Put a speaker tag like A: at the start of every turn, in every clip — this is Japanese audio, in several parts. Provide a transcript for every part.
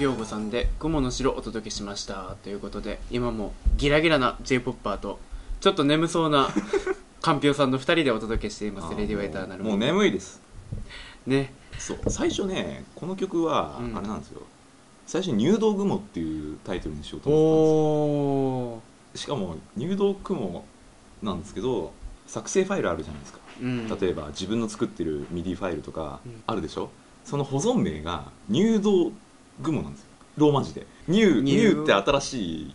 A: 陽子さんで「雲の城」お届けしましたということで今もギラギラな j p o p ーとちょっと眠そう なかんぴょうさんの2人でお届けしています「レディウェイターなる
B: もう眠いです
A: ね
B: そう最初ねこの曲は
A: うん
B: あれなんですよ、最初に「入道雲」っていうタイトルにしようと
A: お
B: 思って
A: お
B: たんですよしかも入道雲なんですけど作成ファイルあるじゃないですか
A: ー、うん、
B: 例えば自分の作ってる MIDI ファイルとか
A: うん
B: あるでしょその保存名が入道雲なんですよローマ字で「ニュー」「
A: ニ
B: ニ
A: ュー
B: ュー」って新しい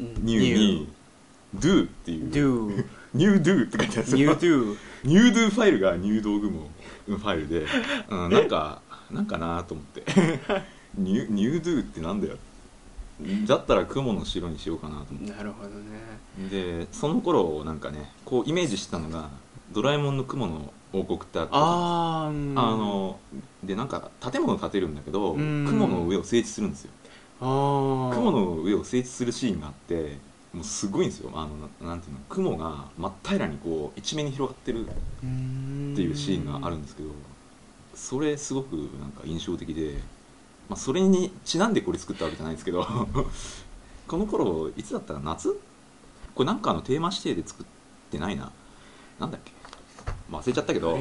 A: うん
B: 「ニュー」に「ドゥ」ってい
A: ニュード
B: う
A: ゥ
B: 「ニュードゥ」って書いてあるんです
A: ニュ
B: よ
A: ードゥ
B: ニュードゥファイルが入道雲ファイ ルで、うん、なんかなんかなと思って ニュニュードゥってなんだよだったら雲の城にしようかなと思っ
A: なるほどね
B: てでその頃なんかねこうイメージしてたのが「ドラえもんの雲の王国」ってあったじゃない
A: あー、うん
B: ですかあのでなんか建物建てるんだけど
A: うん
B: 雲の上を整地するんですよ
A: あー
B: 雲の上を整地するシーンがあってもうすごいんですよあのななんていうの雲が真っ平らにこう一面に広がってる
A: っ
B: っていうシーンがあるんですけどそれすごくなんか印象的で、まあ、それにちなんでこれ作ったわけじゃないんですけど この頃いつだったら夏これなんかのテーマ指定で作ってないななんだっけ、まあ、忘れちゃったけど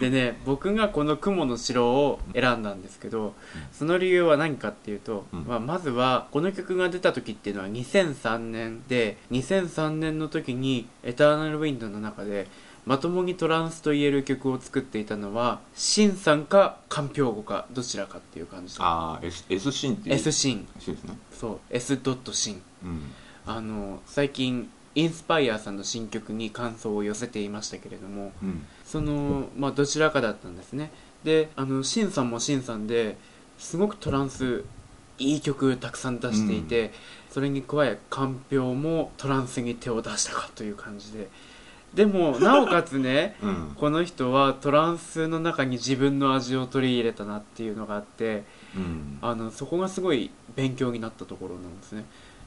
A: でね僕がこの「雲の城」を選んだんですけどその理由は何かっていうと、
B: うん
A: まあ、まずはこの曲が出た時っていうのは2003年で2003年の時に「エターナルウィンド」の中でまともにトランスと言える曲を作っていたのはシンさんかカンピョーゴかどちらかっていう感じだ
B: ああ S, S シーンっていう
A: S シン
B: シーンですね、
A: そう S ドットシン
B: うん、
A: あの最近インスパイアさんの新曲に感想を寄せていましたけれども
B: うん
A: そのまあどちらかだったんですねであのシンさんもシンさんですごくトランスいい曲たくさん出していて、それに加えかんぴょうもトランスに手を出したかという感じででもなおかつ ね
B: うん
A: この人はトランスの中に自分の味を取り入れたなっていうのがあって
B: うん
A: あのそこがすごい勉強になったところなんですね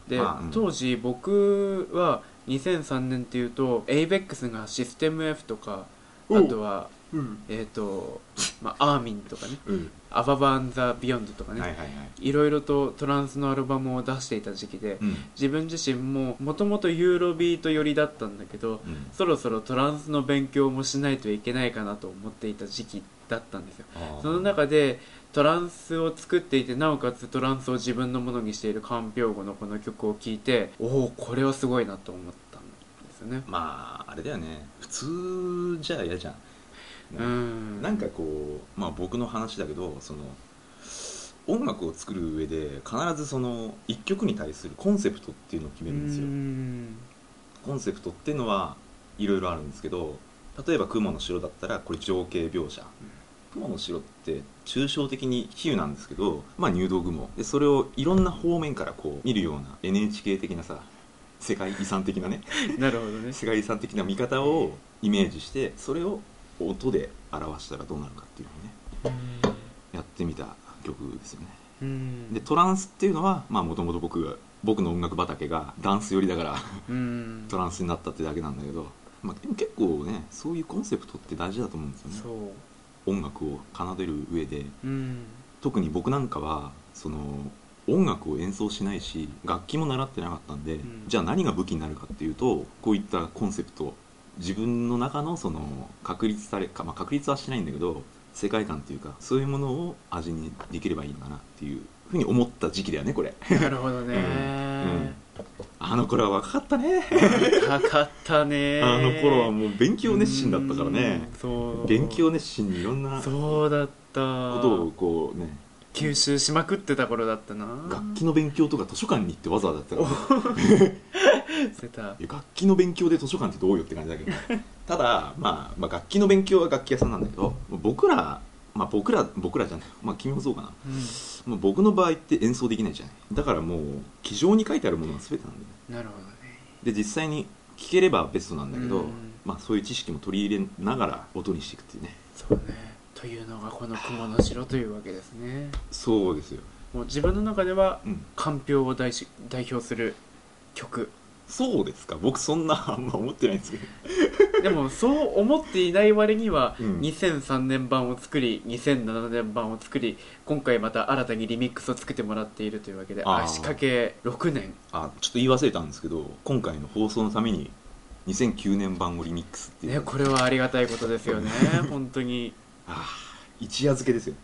A: で、
B: まあうん
A: 当時僕は2003年っていうと ABEX がシステム F とか
B: お
A: あ
B: う
A: とは
B: うん
A: えーとまあ、アーミンとかね
B: うん
A: アババン・ザ・ビヨンドとか
B: は
A: ね、
B: いはい
A: い、
B: はい、
A: ろいろとトランスのアルバムを出していた時期で、
B: うん
A: 自分自身ももともとユーロビート寄りだったんだけど
B: うん、
A: そろそろトランスの勉強もしないといけないかなと思っていた時期だったんですよ
B: あー
A: その中でトランスを作っていてなおかつトランスを自分のものにしているカンピョーゴのこの曲を聴いておおこれはすごいなと思ったんですよね
B: まああれだよね普通じゃ嫌じゃん
A: うん
B: なんかこう、まあ、僕の話だけどその音楽を作る上で必ずその一曲に対するコンセプトっていうのを決めるんですよ
A: うん
B: コンセプトっていうのはいろいろあるんですけど例えば「雲の城」だったらこれ情景描写雲の城って抽象的に比喩なんですけど、まあ、入道雲でそれをいろんな方面からこう見るような NHK 的なさ世界遺産的なね
A: なるほどね
B: 世界遺産的な見方をイメージしてそれを音で表したらどうなるかっていうのをねやってみた曲ですよね
A: うん
B: でトランスっていうのはもともと僕が僕の音楽畑がダンス寄りだから
A: うん
B: トランスになったってだけなんだけど、まあ、でも結構ねそういうコンセプトって大事だと思うんですよね
A: そ
B: 音楽を奏でる上で
A: ううん
B: 特に僕なんかはその音楽を演奏しないし楽器も習ってなかったんで、
A: ん
B: じゃあ何が武器になるかっていうとこういったコンセプト自分の中のその確立されか、まあ、確立はしないんだけど世界観っていうかそういうものを味にできればいいのかなっていうふうに思った時期だよねこれ、
A: なるほど
B: う
A: ね
B: んうん、あの頃は若かったね
A: 高かったね
B: あの頃はもう勉強熱心だったからね
A: うんそう
B: 勉強熱心にいろんなこ
A: そうだった
B: とをこうね
A: 吸収しまくってた頃だったな
B: 楽器の勉強とか図書館に行ってわざわざやってたからね
A: してた
B: いや楽器の勉強で図書館ってどうよって感じだけど ただ、まあ、まあ楽器の勉強は楽器屋さんなんだけど僕らまあ僕ら僕らじゃないまあ君もそうかな、
A: うん
B: まあ、僕の場合って演奏できないじゃないだからもう気丈に書いてあるものは全てなんだよね
A: なるほどね
B: で実際に聴ければベストなんだけど、
A: うん
B: まあそういう知識も取り入れながら音にしていくっていうね
A: そうねというのがこの「雲の城」というわけですね
B: そうですよ、
A: もう自分の中では
B: うん、
A: かんぴょうを代し代表する曲
B: そうですか僕そんなあんま思ってないんですけど
A: でもそう思っていない割には、
B: うん
A: 2003年版を作り2007年版を作り今回また新たにリミックスを作ってもらっているというわけで
B: あー
A: 足掛け6年
B: あちょっと言い忘れたんですけど今回の放送のために2009年版をリミックスっていう、
A: ねこれはありがたいことですよね本当に
B: あー一夜漬けですよ、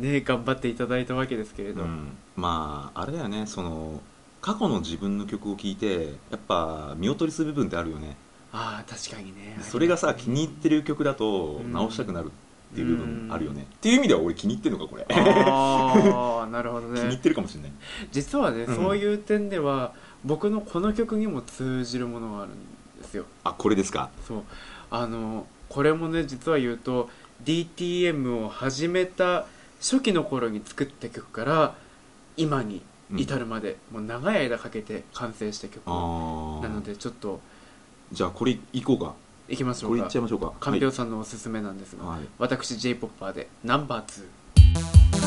A: ね頑張っていただいたわけですけれど、
B: うんまああれだよねその過去の自分の曲を聴いてやっぱ見劣りする部分ってあるよね
A: ああ確かにね
B: それがさ気に入ってる曲だと
A: うん
B: 直したくなるっていう部分あるよね、っていう意味では俺気に入ってるのかこれ気
A: ああなるほど
B: に入っ
A: ね
B: てるかもしれない
A: 実はね、
B: うん
A: そういう点では僕のこの曲にも通じるものがあるんですよ
B: あこれですか
A: そうあのこれもね実は言うと DTM を始めた初期の頃に作った曲から今に至るまで、もう長い間かけて完成した曲な
B: ああ
A: のでちょっと
B: じゃあこれいこうか
A: いきましょ
B: こ
A: う
B: れいっ
A: か
B: ちゃいましょうか
A: かんぴょうさんのおすすめなんですが、
B: はい、はい
A: 私 j p o p パーでナンバー2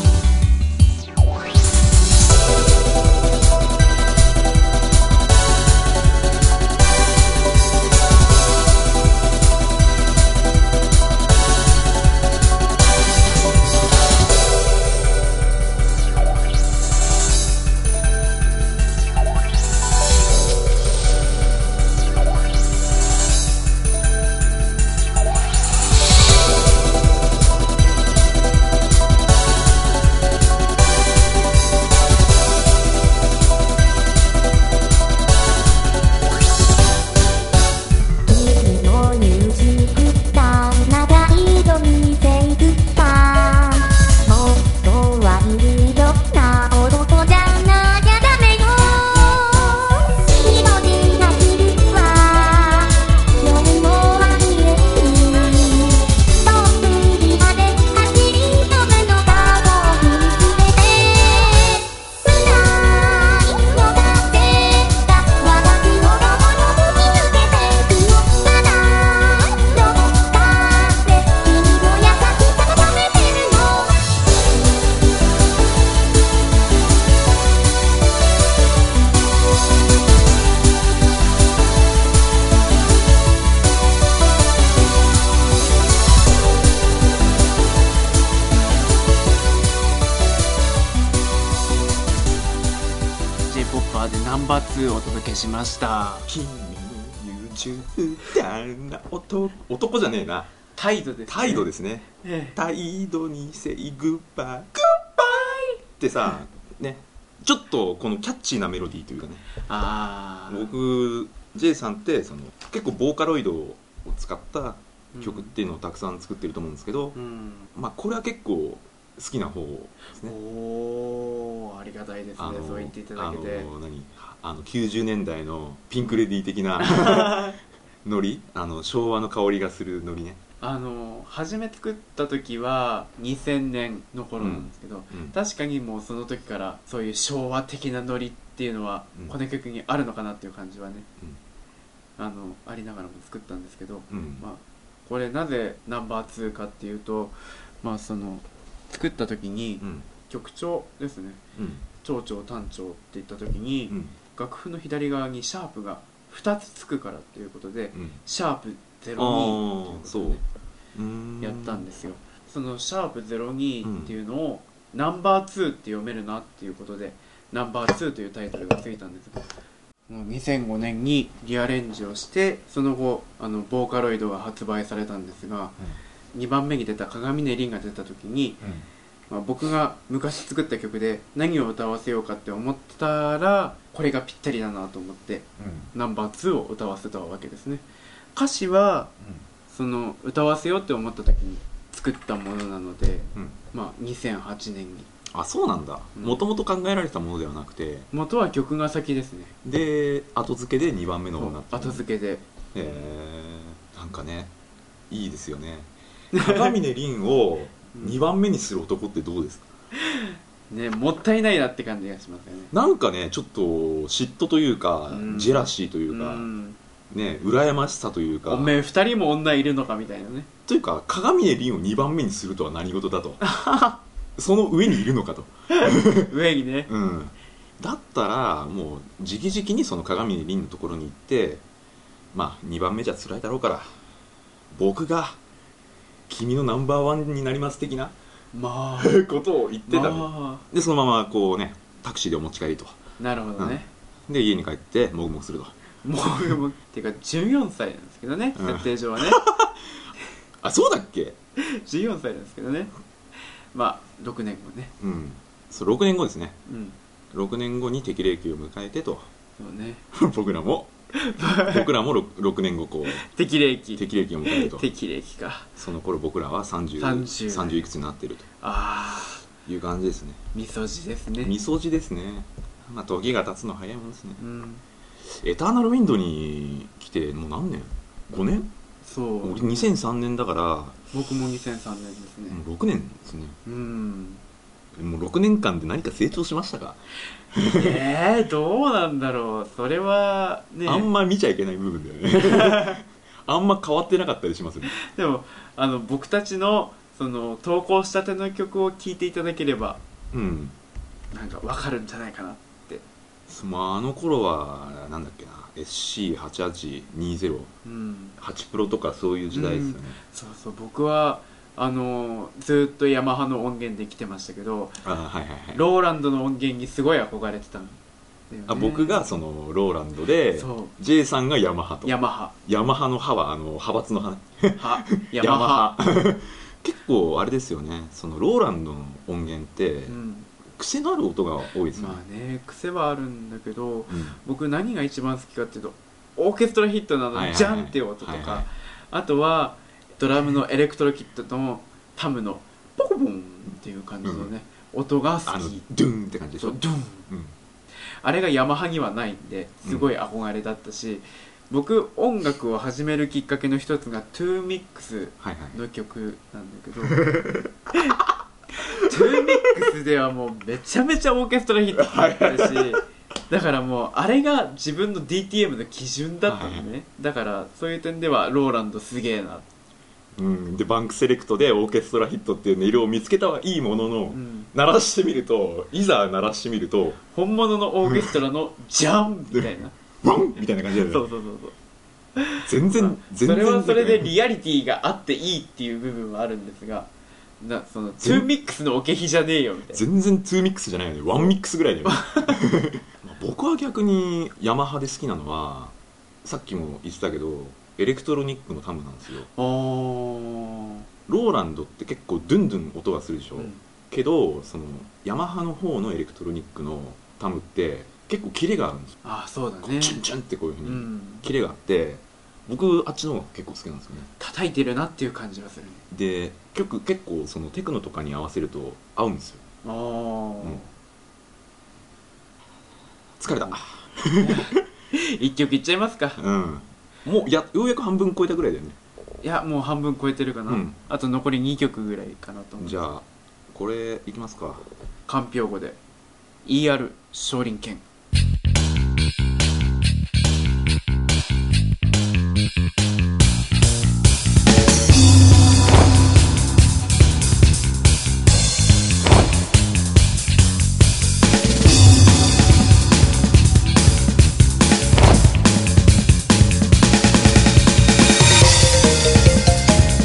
C: いつもミュージックタイム長いの見ていくかもっとワイルドな男じゃなきゃダメよ気持ちが昼は夜もは見えるどっぷりまで走り込むのが僕に全て「無いのだってた私をどこよく見つけていくの」「ただどこかで君の優しさが冷めてるの」
A: j p o p パーでナンバー2をお届けしました
B: 君の優柔不断な男男じゃねえな
A: 態度です、、
B: 態度ですすね
A: ええ
B: 態度に say goodbye goodbye ってさねちょっとこのキャッチーなメロディーというかね
A: ああ
B: 僕 J さんってその結構ボーカロイドを使った曲っていうのをたくさん作ってると思うんですけど、
A: うん、
B: まあこれは結構好きな方ですね
A: おおありがたいですねそう言っていただけて
B: あの何あの90年代のピンク・レディー的 なノリあの昭和の香りがするノリね、
A: あの初め作った時は2000年の頃なんですけど、
B: うん
A: 確かにもうその時からそういう昭和的なノリっていうのは
B: うん
A: この曲にあるのかなっていう感じはね、あのありながらも作ったんですけど、
B: うん
A: まあ、これなぜナンバー2かっていうとまあその作った時に
B: うん
A: 曲調ですね
B: うん
A: 長調短調って言った時に、
B: うん
A: 楽譜の左側にシャープが2つつくからということで、
B: うん
A: シャープ02
B: ああ
A: って
B: そ
A: いううことで
B: うーん
A: やったんですよそのシャープ02っていうのを、ナンバー2って読めるなっていうことでナンバー2というタイトルがついたんですもう2005年にリアレンジをしてその後あのボーカロイドが発売されたんですが、2番目に出た「鏡音凛」が出た時に、まあ、僕が昔作った曲で何を歌わせようかって思ったらこれがぴったりだなと思ってナンバー2を歌わせたわけですね歌詞はその歌わせようって思った時に作ったものなので、
B: うん
A: まあ、2008年に
B: あそうなんだ
A: うん
B: もともと考えられたものではなくて
A: 元は曲が先ですね
B: で後付けで2番目の方になった
A: 後付けで
B: けへえなんかねいいですよ ね鏡音凛を2番目にする男ってどうですか
A: ねもったいないなって感じがしますよね
B: なんかねちょっと嫉妬というか、
A: うん
B: ジェラシーという
A: う
B: か、
A: ん
B: ね羨ましさというか
A: おめえ2人も女いるのかみたいな ね
B: というか鏡音凛を2番目にするとは何事だ とその上にいるのかと、
A: 上にね
B: うん、だったらもう直々にその鏡音凛のところに行ってまあ2番目じゃ辛いだろうから僕が君のナンバーワンになります的な
A: まあ
B: ことを言ってたの
A: ま
B: でそのままこうねタクシーでお持ち帰りと
A: あなるほどね、
B: で家に帰ってもぐもぐすると
A: もうもうっていうか14歳なんですけどね、
B: うん
A: 設定上 はね
B: あそうだっけ
A: 14歳なんですけどねまあ6年後ね
B: うんそう6年後ですね
A: うん
B: 6年後に適齢期を迎えてと
A: そうね
B: 僕らも僕らも 6, 年後こう
A: 適齢期
B: 適齢期を迎えると
A: 適齢期か
B: その頃僕らは 30,
A: 30
B: 30いくつになってると
A: あ
B: いう感じですね
A: あみそじですね
B: みそじですねまあ時が経つの早いもんですね
A: うん
B: エターナルウィンドに来てもう何年 ?5 年
A: そう
B: 俺2003年だから
A: 僕も2003年ですね
B: もう6年ですね
A: うん
B: もう6年間で何か成長しましたか、
A: えー、どうなんだろうそれはね
B: あんま見ちゃいけない部分だよ ねあんま変わってなかったりしますね
A: でもあの僕たちのその投稿したての曲を聴いていただければ
B: うん
A: なんかわかるんじゃないかなって
B: そまああの頃はなんだっけな SC8820
A: うん
B: 8プロとかそういう時代ですよね、
A: そうそう僕はあのずーっとヤマハの音源で来てましたけど
B: あはいはいはい
A: ローランドの音源にすごい憧れてたんだよね
B: あ僕がそのローランドで
A: そ
B: J さんがヤマハと
A: うヤマハ
B: ヤマハの歯はあの派閥の歯ね
A: はヤ
B: ヤ
A: マ
B: マ
A: ハ
B: ハ 結構あれですよねそのローランドの音源って
A: うん
B: 癖のある音が多いですよね
A: ま、あね癖はあるんだけど
B: うん
A: 僕何が一番好きかっていうとオーケストラヒットなの
B: は
A: に
B: いはいはい
A: ジャンっていう音と
B: はいは
A: か
B: い
A: あとはドラムのエレクトロキットとタムのポコボンっていう感じのね音が好
B: あの
A: き
B: ドゥーンって感じでし
A: そ
B: ょ
A: うドゥン
B: うん
A: あれがヤマハにはないんですごい憧れだったし僕音楽を始めるきっかけの一つがトゥーミックス
B: はいはい
A: の曲なんだけどトゥーミックスではもうめちゃめちゃオーケストラヒット入ってるしだからもうあれが自分の DTM の基準だったのね、だからそういう点ではローランドすげえな、
B: うん、でバンクセレクトでオーケストラヒットっていう音色を見つけたはいいものの、
A: うん、
B: 鳴らしてみるといざ鳴らしてみると
A: 本物のオーケストラの「ジャン!」みたいな
B: ワンみたいな感じ
A: そ
B: だ
A: うそ
B: よ
A: うそ
B: ね
A: うそう
B: 全然、
A: まあ
B: 全
A: そ
B: 然
A: れはそれで
B: ね
A: リアリティがあっていいっていう部分はあるんですがなそのト
B: 全
A: ゥーミックスのおけひじゃねえよみたいな
B: 全然2ミックスじゃないよね1ミックスぐらいだよ ねまあ僕は逆にヤマハで好きなのはさっきも言ってたけどエレクトロニックのタムなんですよ
A: おー
B: ローランドって結構ドゥンドゥン音がするでしょ、
A: うん
B: けどそのヤマハの方のエレクトロニックのタムって結構キレがあるんですよ、
A: ああそうだ
B: こう
A: ね
B: チュンチュンってこういうふう
A: う
B: に
A: ん
B: キレがあって僕あっちの方が結構好きなんですよね
A: 叩いてるなっていう感じがするね
B: で曲結構そのテクノとかに合わせると合うんですよ
A: ああ、
B: ん疲れた
A: 一曲いっちゃいますか
B: うんもうやようやく半分超えたぐらいだよね
A: いやもう半分超えてるかな、
B: うん
A: あと残り2曲ぐらいかなと思う
B: じゃあこれいきます か
A: かんぴょう語で ER 少林拳
B: 「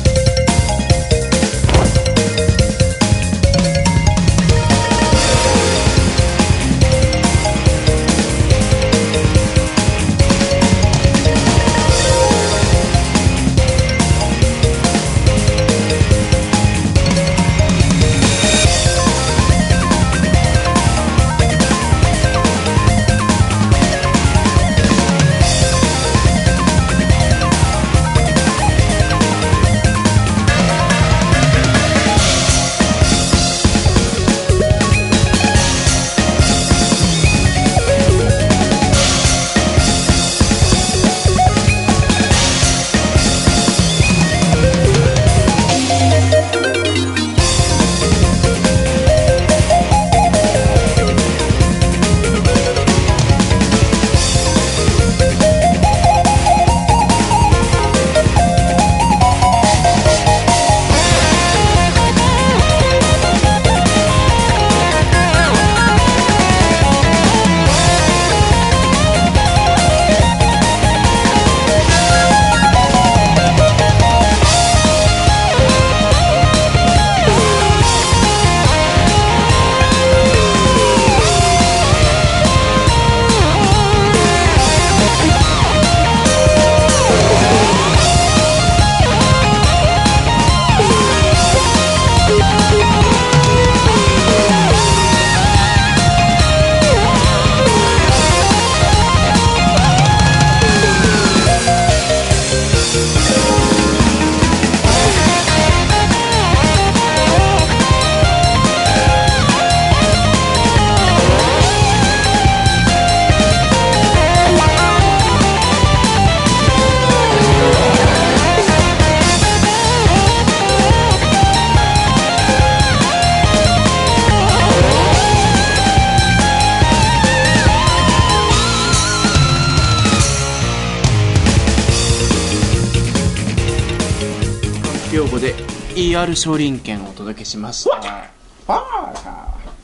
A: PR 少林拳をお届けしました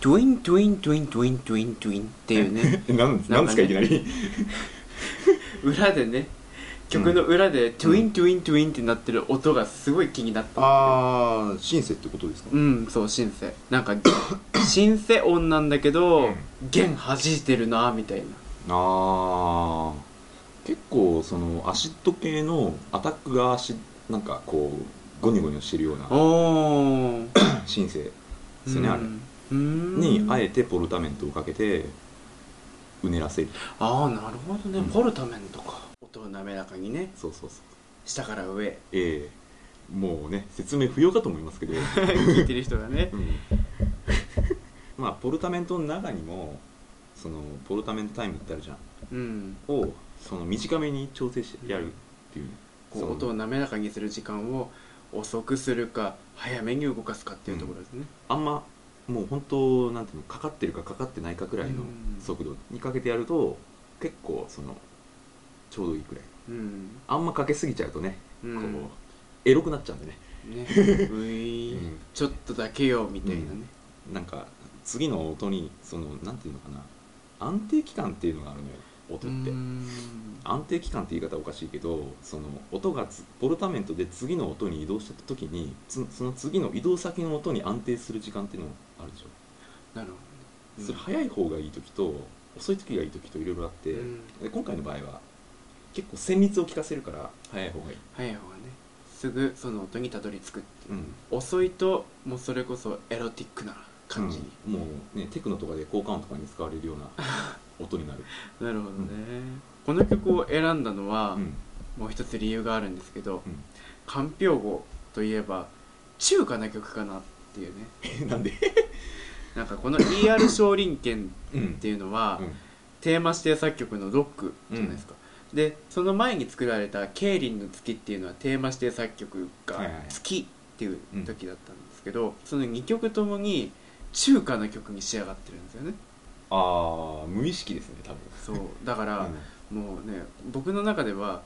A: トゥイントゥイントゥイントゥイントゥイントゥインっていうね
B: なんなんですかいきなり
A: 裏でね曲の裏でトゥイントゥイントゥインってなってる音がすごい気になった
B: ああシンセってことですか
A: うんそうシンセなん かシンセ音なんだけど弦弾いてるなみたいな
B: ああ結構そのアシッド系のアタックがしなんかこうゴニョゴニョしてるような
A: おー
B: シンセですよね、あれ
A: うん
B: にあえ
A: て
B: てポルタメントをかけてうねらせる
A: ああなるほどね、
B: うん
A: ポルタメントか音を滑らかにね
B: そうそうそう
A: 下から上 へ
B: ええもうね説明不要かと思い ますけど、
A: 聞いてる人がね
B: うんまあポルタメントの中にもそのポルタメントタイムってあるじゃん
A: うん
B: をその短めに調整してやるっていう、
A: こ
B: そうの
A: 音を滑らかにする時間を遅くするか早めに動かすかっていうところですね、
B: あんまもう本当なんていうのかかってるかかかってないかくらい
A: う
B: の
A: ん
B: 速度にかけてやると結構そのちょうどいいくらい
A: うん
B: あんまかけすぎちゃうとね、
A: うん
B: こうエロくなっちゃうんでね
A: ねうい、
B: うん
A: ちょっとだけよみたいなね、
B: なんか次の音にそのなんていうのかな安定期間っていうのがあるのよ音って、
A: うん
B: 安定期間って言い方おかしいけどその音がつポルタメントで次の音に移動した時につその次の移動先の音に安定する時間っていうのがあるでしょ、
A: なるほどね
B: それ早い方がいい時と遅い時がいい時といろいろあって、
A: うん
B: で今回の場合は結構旋律を聞かせるから早い方がいい、、
A: 早い方がねすぐその音にたどり着くっていううん遅いともうそれこそエロティックな感じに、
B: うんもうねテクノとかで効果音とかに使われるような 音になる、
A: なるほどね、この曲を選んだのは、
B: うん
A: もう一つ理由があるんですけど
B: うん
A: 「かんぴょう語」といえば中華な曲かなっていうね
B: えなんで、
A: なんかこの ER 少林拳
B: うん
A: っていうのは、
B: うん
A: テーマ指定作曲のロックじゃないですか、でその前に作られた「ケイリンの月」っていうのはテーマ指定作曲
B: はい
A: が
B: はい
A: 「月」っていう時だったんですけど、その2曲ともに中華な曲に仕上がってるんですよね
B: ああ無意識ですね多分
A: そうだから、
B: うん
A: もうね僕の中では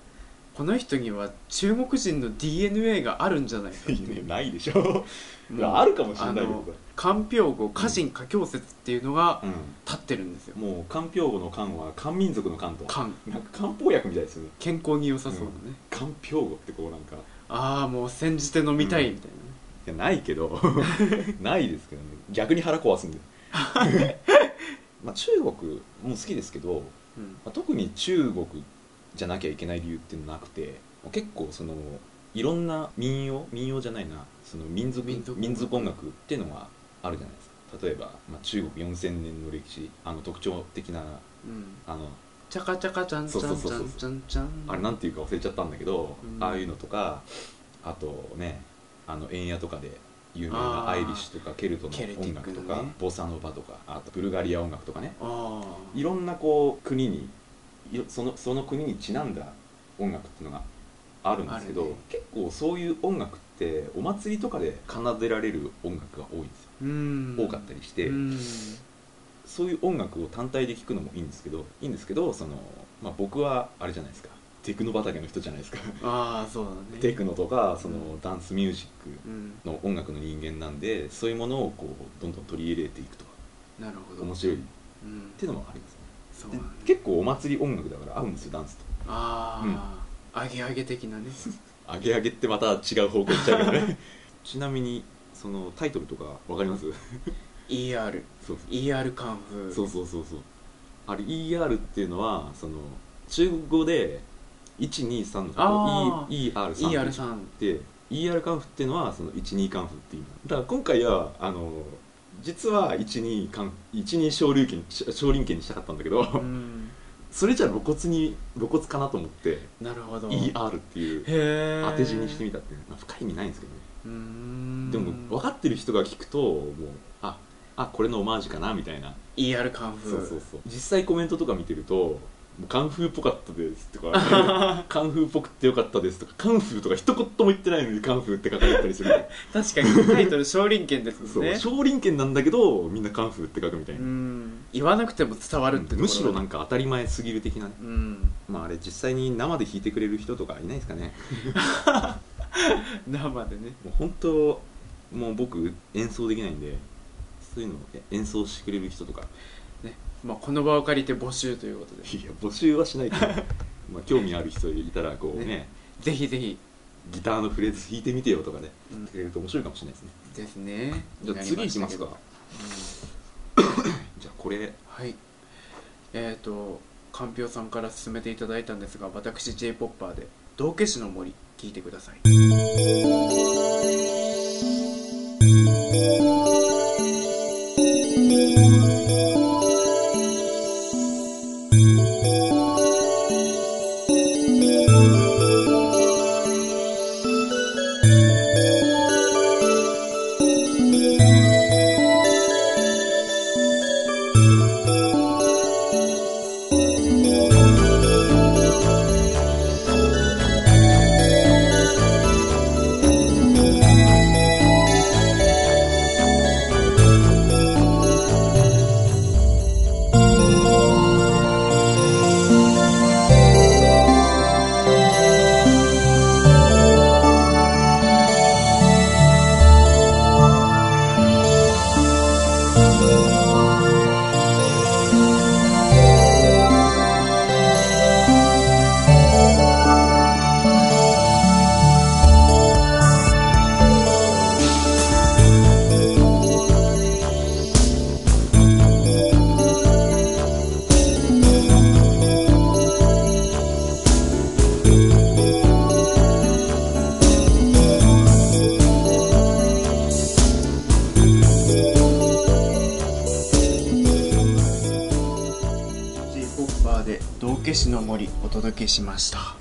A: この人には中国人の DNA があるんじゃないかって
B: い
A: い
B: や
A: う
B: ないでしょ
A: もう
B: あるかもしれないけど
A: あの漢評語歌人歌教説っていうのが立ってるんですよ
B: もう漢評語の漢は漢民族の漢と
A: 漢
B: なんか漢方薬みたいですよね
A: 健康に良さそうなね、
B: 漢評語ってこうなんかい
A: ああもう煎じて飲みたいみたいなね、
B: やないけど ないですけどね逆に腹壊 すんでまあ中国も好きですけど、
A: うん
B: まあ、特に中国じゃなきゃいけない理由ってなくて結構そのいろんな民謡民謡じゃないなその民族
A: 民族
B: 民族音楽っていうのがあるじゃないですか例えば、まあ、中国4000年の歴史あの特徴的な
A: うん、
B: あの
A: チャカチャカチャンチャンチャンチャンチャン
B: あれなんていうか忘れちゃったんだけど、
A: うん
B: ああいうのとかあとねあの円屋とかで有名
A: あー
B: なアイリッシュとかケルトの
A: ケルティ
B: 音
A: ック
B: 楽
A: のね
B: とか、ボサノバとかあとブルガリア音楽とかね
A: ああ
B: いろんなこう国にいろそのその国にちなんだ音楽っていうのがあるんですけ
A: あ
B: ど、
A: るね
B: 結構そういう音楽ってお祭りとかで奏でられる音楽が多いんですよ、
A: うん
B: 多かったりし
A: で
B: て、
A: うん
B: そういう音楽を単体で聴くのもいいんですけどいいんですけどその、まあ、僕はあれじゃないですかテクノ畑の人じゃないですか
A: ああそうだね
B: テクノとかそうのダンスミュージ
A: う
B: ッ
A: ん
B: クの音楽の人間なんでそういうものをこうどんどん取り入れていくと
A: なるほど
B: 面白いっ
A: うん
B: ていうのもありますね
A: そう
B: で
A: だね
B: 結構お祭り音楽だから合うんですよダンスと
A: ああ、アゲアゲ的なね
B: アゲアゲってまた違う方向行っちゃうけど ねちなみにそのタイトルとかわかります
A: ER
B: そう
A: ER カンフ
B: そうそうそうそうあれ ER っていうのはその中国語で123の
A: あ
B: こと ER3
A: ER さん
B: で ER カンフっていうのはその12カンフっていう意味なんだだから今回はあの実は12カンフ12昇竜拳し少林拳にしたかったんだけど、
A: うん
B: それじゃ露骨に露骨かなと思って
A: なるほど
B: ER っていう
A: へえ
B: 当て字にしてみ
A: た
B: たっていう、まあ、深い意味ないんですけどね
A: うーん
B: でも分かってる人が聞くともうああこれのオマージュかなみたいな
A: ER カンフ
B: そうそうそう実際コメントとか見てるともうカンフーっぽかったですとか カンフーっぽくてよかったですとかカンフーとか一言も言ってないのにカンフーって書かれたりする
A: 確かにタイトル少林拳です
B: そ
A: も
B: うん
A: ね
B: 少林拳なんだけどみんなカンフーって書くみたいな、
A: うん言わなくても伝わるってところ
B: むしろなんか当たり前すぎる的なね
A: うん
B: まああれ実際に生で弾いてくれる人とかいないですかね
A: 生でね
B: もう本当もう僕演奏できないんでそういうのをえ演奏してくれる人とか
A: ね、まあ、この場を借りて募集ということで
B: いや募集はしない けどまあ興味ある人いたらこうね
A: ねぜひぜひ、
B: ギターのフレーズ弾いてみてよとかね
A: うん
B: 言ってくれると面白いかもしれないですね
A: ですね
B: じゃあ次いきますか
A: なりしたけど
B: じゃあこれ
A: うんはいえっ、ー、とかんぴょうさんから勧めていただいたんですが私 j ポッパーで「道化師の森」聞いてください「j ポッパーで「道化師の森」お届けしました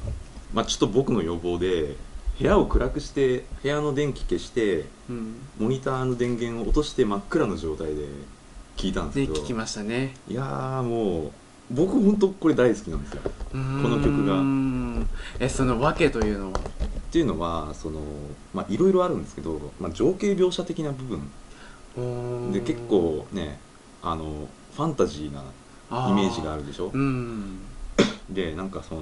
B: まあちょっと僕の要望で部屋を暗くして部屋の電気消して
A: うん
B: モニターの電源を落として真っ暗の状態で聞いたんです
A: ね
B: けど、
A: 聞きましたね
B: いやーもう僕本当これ大好きなんですよっ
A: この
B: の曲が
A: えその訳というのは
B: ていうのはそのまあいろいろあるんですけど、まあ、情景描写的な部分
A: うーん
B: で結構ねあのファンタジーな
A: あ
B: イメージがあ
A: る
B: るでしょ
A: うん
B: でなんかその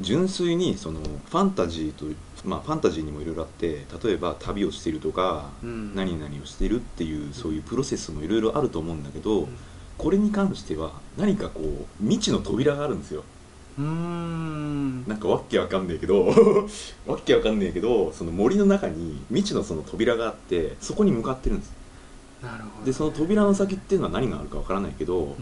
B: 純粋にそのファンタジーとまあファンタジーにもいろいろあって例えば旅をしてるとか、
A: うん
B: 何々をしてるっていうそういうプロセスもいろいろあると思うんだけど、
A: ん
B: これに関しては何かこう未知の扉があるんですよ
A: うーん
B: なんかわっけわかんねえ けどわっけわかんねえけどその森の中に未知のその扉があってそこに向かってるんです
A: なるほど
B: でその扉の先っていうのは何があるかわからないけど
A: うん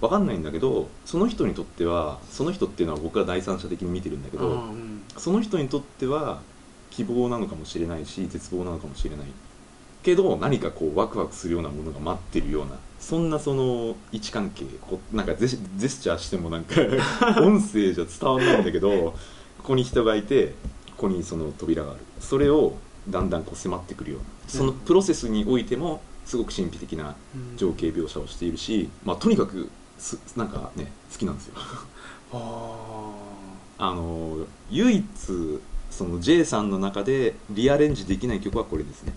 B: わかんないんだけどその人にとってはその人っていうのは僕は第三者的に見てるんだけ
A: あー
B: ど
A: うん
B: その人にとっては希望なのかもしれないし絶望なのかもしれないけど何かこうワクワクするようなものが待ってるようなそんなその位置関係こうなんかゼゼスチャーしてもなんか音声じゃ伝わんないんだけどここに人がいてここにその扉があるそれをだんだんこう迫ってくるようなそのプロセスにおいてもすごく神秘的な
A: うん
B: 情景描写をしているし、まあ、とにかくすなんかね好きなんですよ
A: あー
B: あの唯一その J さんの中でリアレンジできない曲はこれですね、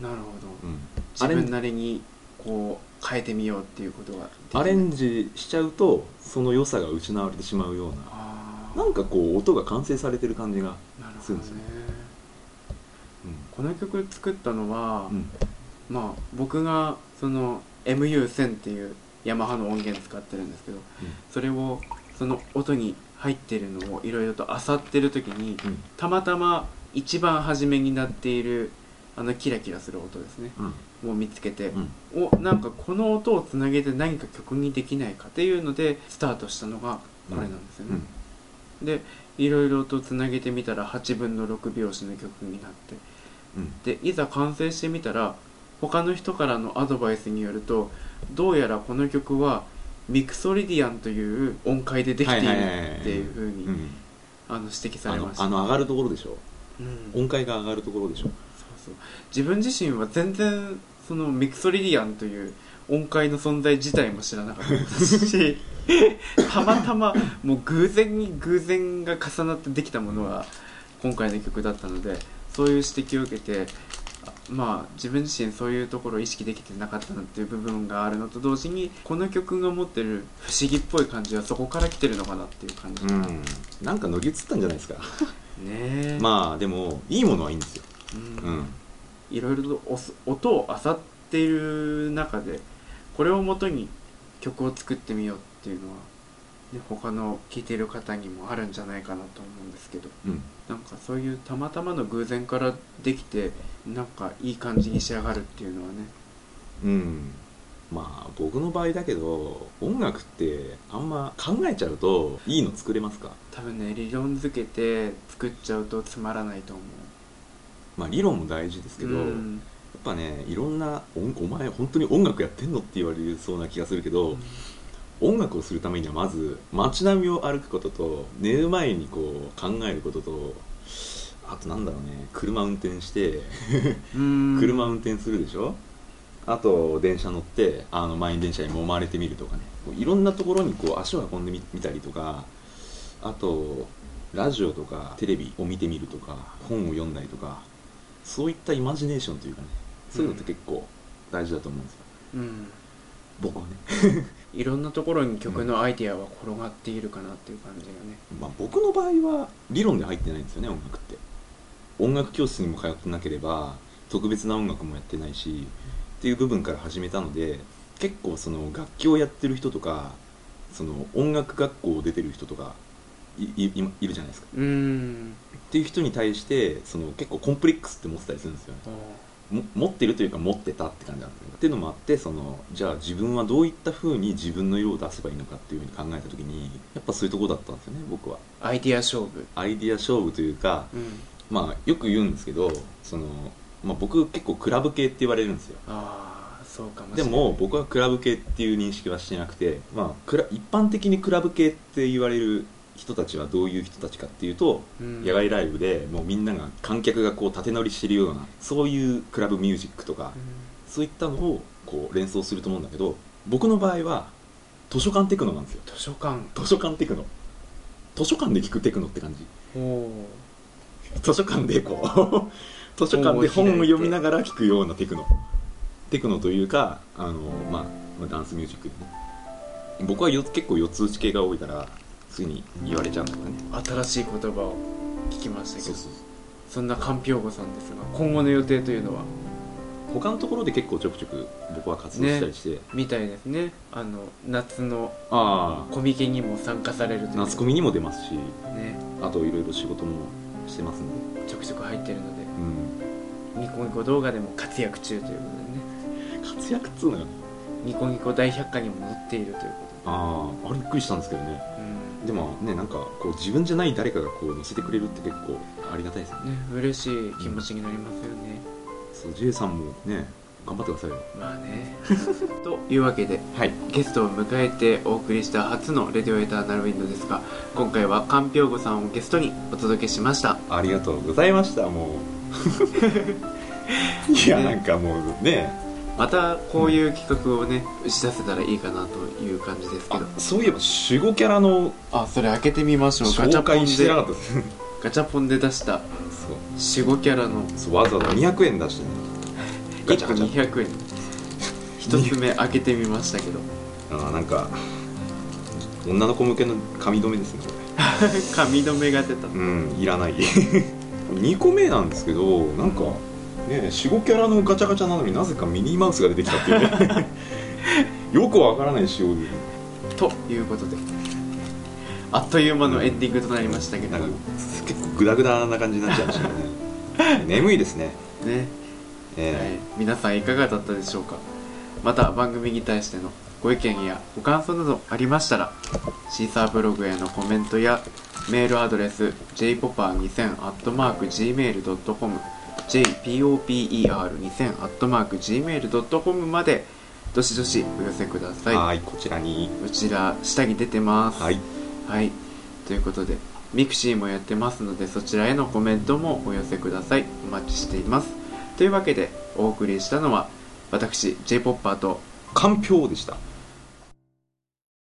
A: なるほ
B: う
A: ど
B: ん、
A: 自
B: アレ
A: 分
B: ン
A: なりにこう変えてみようっていうことができない
B: アレンジしちゃうとその良さが失われてしまうような
A: あー
B: なんかこう音が完成されてる感じが、
A: なる
B: す
A: ほど
B: るんですよ
A: ねこの曲作ったのは、
B: うんうん
A: まあ僕がその MU1000 っていうヤマハの音源使ってるんですけどそれをその音に入ってるのをいろいろと漁ってる時に
B: うん
A: たまたま一番初めになっているあのキラキラする音ですね
B: うん
A: を見つけて
B: う、ん
A: おなんかこの音をつなげて何か曲にできないかっていうのでスタートしたのがこれなんですよ
B: う
A: ね
B: ん、
A: でいろいろとつなげてみたら8分の6拍子の曲になって
B: うん
A: でいざ完成してみたら他の人からのアドバイスによるとどうやらこの曲はミクソリディアンという音階でできている
B: はいはいはいはい
A: っていうふう
B: う
A: に
B: ん
A: あの指摘さ
B: あ
A: れ
B: の
A: ました、
B: あの上がるところでしょ
A: うんそう
B: 音階が上がるところでしょ
A: そう自分自身は全然そのミクソリディアンという音階の存在自体も知らなかったですしたまたまもう偶然に偶然が重なってできたものが今回の曲だったのでそういう指摘を受けてあまあ自分自身そういうところを意識できてなかったなっていう部分があるのと同時にこの曲が持ってる不思議っぽい感じはそこから来てるのかなっていう感じ、
B: うんなんか乗り移ったんじゃないですか
A: ねえ、
B: まあでもいいものはいいんですよ、
A: うん
B: うん、
A: いろいろとおす音を漁っている中でこれをもとに曲を作ってみようっていうのは、ね、他の聴いている方にもあるんじゃないかなと思うんですけど
B: うん、
A: なんかそういうたまたまの偶然からできてなんかいい感じに仕上がるっていうのはね
B: うん、まあ僕の場合だけど音楽ってあんま考えちゃうといいの作れますか
A: 多分ね理論づけて作っちゃうとつまらないと思う
B: まあ理論も大事ですけど、
A: う
B: や
A: ん
B: っぱねいろんなおん「お前本当に音楽やってんの?」って言われそうな気がするけど、音楽をするためにはまず街並みを歩くことと寝る前にこう考えることとあとなんだろうね車運転して
A: うん
B: 車運転するでしょ、あと電車乗ってあの満員電車に揉まれてみるとかねこういろんなところにこう足を運んでみ見たりとかあとラジオとかテレビを見てみるとか本を読んだりとかそういったイマジネーションというかねそういうのって結構大事だと思うんですよ、
A: うん
B: 僕はね、
A: いろんなところに曲のアイディアは転がっているかなっていう感じがね、
B: まあ、僕の場合は理論で入ってないんですよね音楽って音楽教室にも通ってなければ特別な音楽もやってないしっていう部分から始めたので結構その楽器をやってる人とかその音楽学校を出てる人とかいいいいるじゃないですか
A: うーん
B: っていう人に対してその結構コンプレックスって持ってたりするんですよねも持ってるというか持ってたって感じなんですよっていうのもあってそのじゃあ自分はどういった風に自分の色を出せばいいのかっていうふうに考えた時にやっぱそういうとこだったんですよね僕は
A: アイディア勝負
B: アイディア勝負というか
A: うん
B: まあよく言うんですけどその、まあ、僕結構クラブ系って言われるんですよ
A: ああそうかもし
B: で
A: れない
B: も僕はクラブ系っていう認識はしてなくて、まあ、クラ一般的にクラブ系って言われる人たちはどういう人たちかっていうと、
A: うん
B: 野外ライブでもうみんなが観客がこう縦乗りしてるようなそういうクラブミュージックとか、
A: う
B: そういったのをこう連想すると思うんだけど僕の場合は図書館テクノなんですよ
A: ん図書館
B: 図書館テクノ図書館で聞くテクノって感じ
A: ほ
B: 図書館でこ う図書館で本を読みながら聴くようなテクノテクノというかあの、まあ、まあダンスミュージック、ね、僕はよ結構四つ打ち系が多いからついに言われちゃうんだけどね
A: う新しい言葉を聞きましたけど
B: そ
A: そう
B: そうそうん
A: なかんぴょうごさんですが今後の予定というのは
B: 他のところで結構ちょくちょく僕は活動したりして、
A: みたいですねあの夏の
B: ああ
A: コミケにも参加されるという
B: 夏コミにも出ますし
A: ね
B: あといろいろ仕事もしてますんで、
A: ちょくちょく入ってるので
B: うん、
A: ニコニコ動画でも活躍中ということでね
B: 活躍っつうのよ
A: ニコニコ大百科にも載っているというこ
B: あああれびっくりしたんですけどね
A: とで、
B: でもねなんかこう自分じゃない誰かがこう見せてくれるって結構ありがたいですよね
A: うん、ね嬉しい気持ちになりますよね、
B: そう J さんもね頑張ってくださいよ
A: まあ ねというわけで
B: はい
A: ゲストを迎えてお送りした初の「レディオエターナルウィンド」ですが今回はかんぴょうごさんをゲストにお届けしました
B: ありがとうございましたも ういやなんかもうね
A: またこういう企画をね打ち出せたらいいかなという感じですけ
B: あ
A: ど
B: そういえば守護キャラの
A: あそれ開けてみましょうガチャポ
B: 紹
A: ン
B: 介してなか
A: で
B: ったですそう
A: ガチャポンで出した守護キャラの
B: そうわざわざ200円出してねガチ
A: 1
B: ャ
A: 個
B: ガチャ
A: 200円1つ目開けてみましたけど
B: あーなんか女の子向けの髪留めですねこ
A: 髪留めが出た
B: れうんいらない2個目なんですけどなんかね守護キャラのガチャガチャなのになぜかミニーマウスが出てきたっていう ねよくわからない仕様で
A: ということであっという間のエンディングとなりましたけど
B: なん
A: も
B: か結構グダグダな感じになっちゃいましたね眠いですね、
A: ねはい
B: え、
A: 皆さんいかがだったでしょうかまた番組に対してのご意見やご感想などありましたらシーサーブログへのコメントやメールアドレス jpoper2000-gmail.com jpoper2000-gmail.com までどしどしお寄せくだ
B: ー
A: さい
B: はーいこちらに
A: うちら下着出てます
B: はい
A: はい、ということでミクシーもやってますのでそちらへのコメントもお寄せくださいお待ちしていますというわけでお送りしたのは私 j p o p ーと
B: かんぴょうでした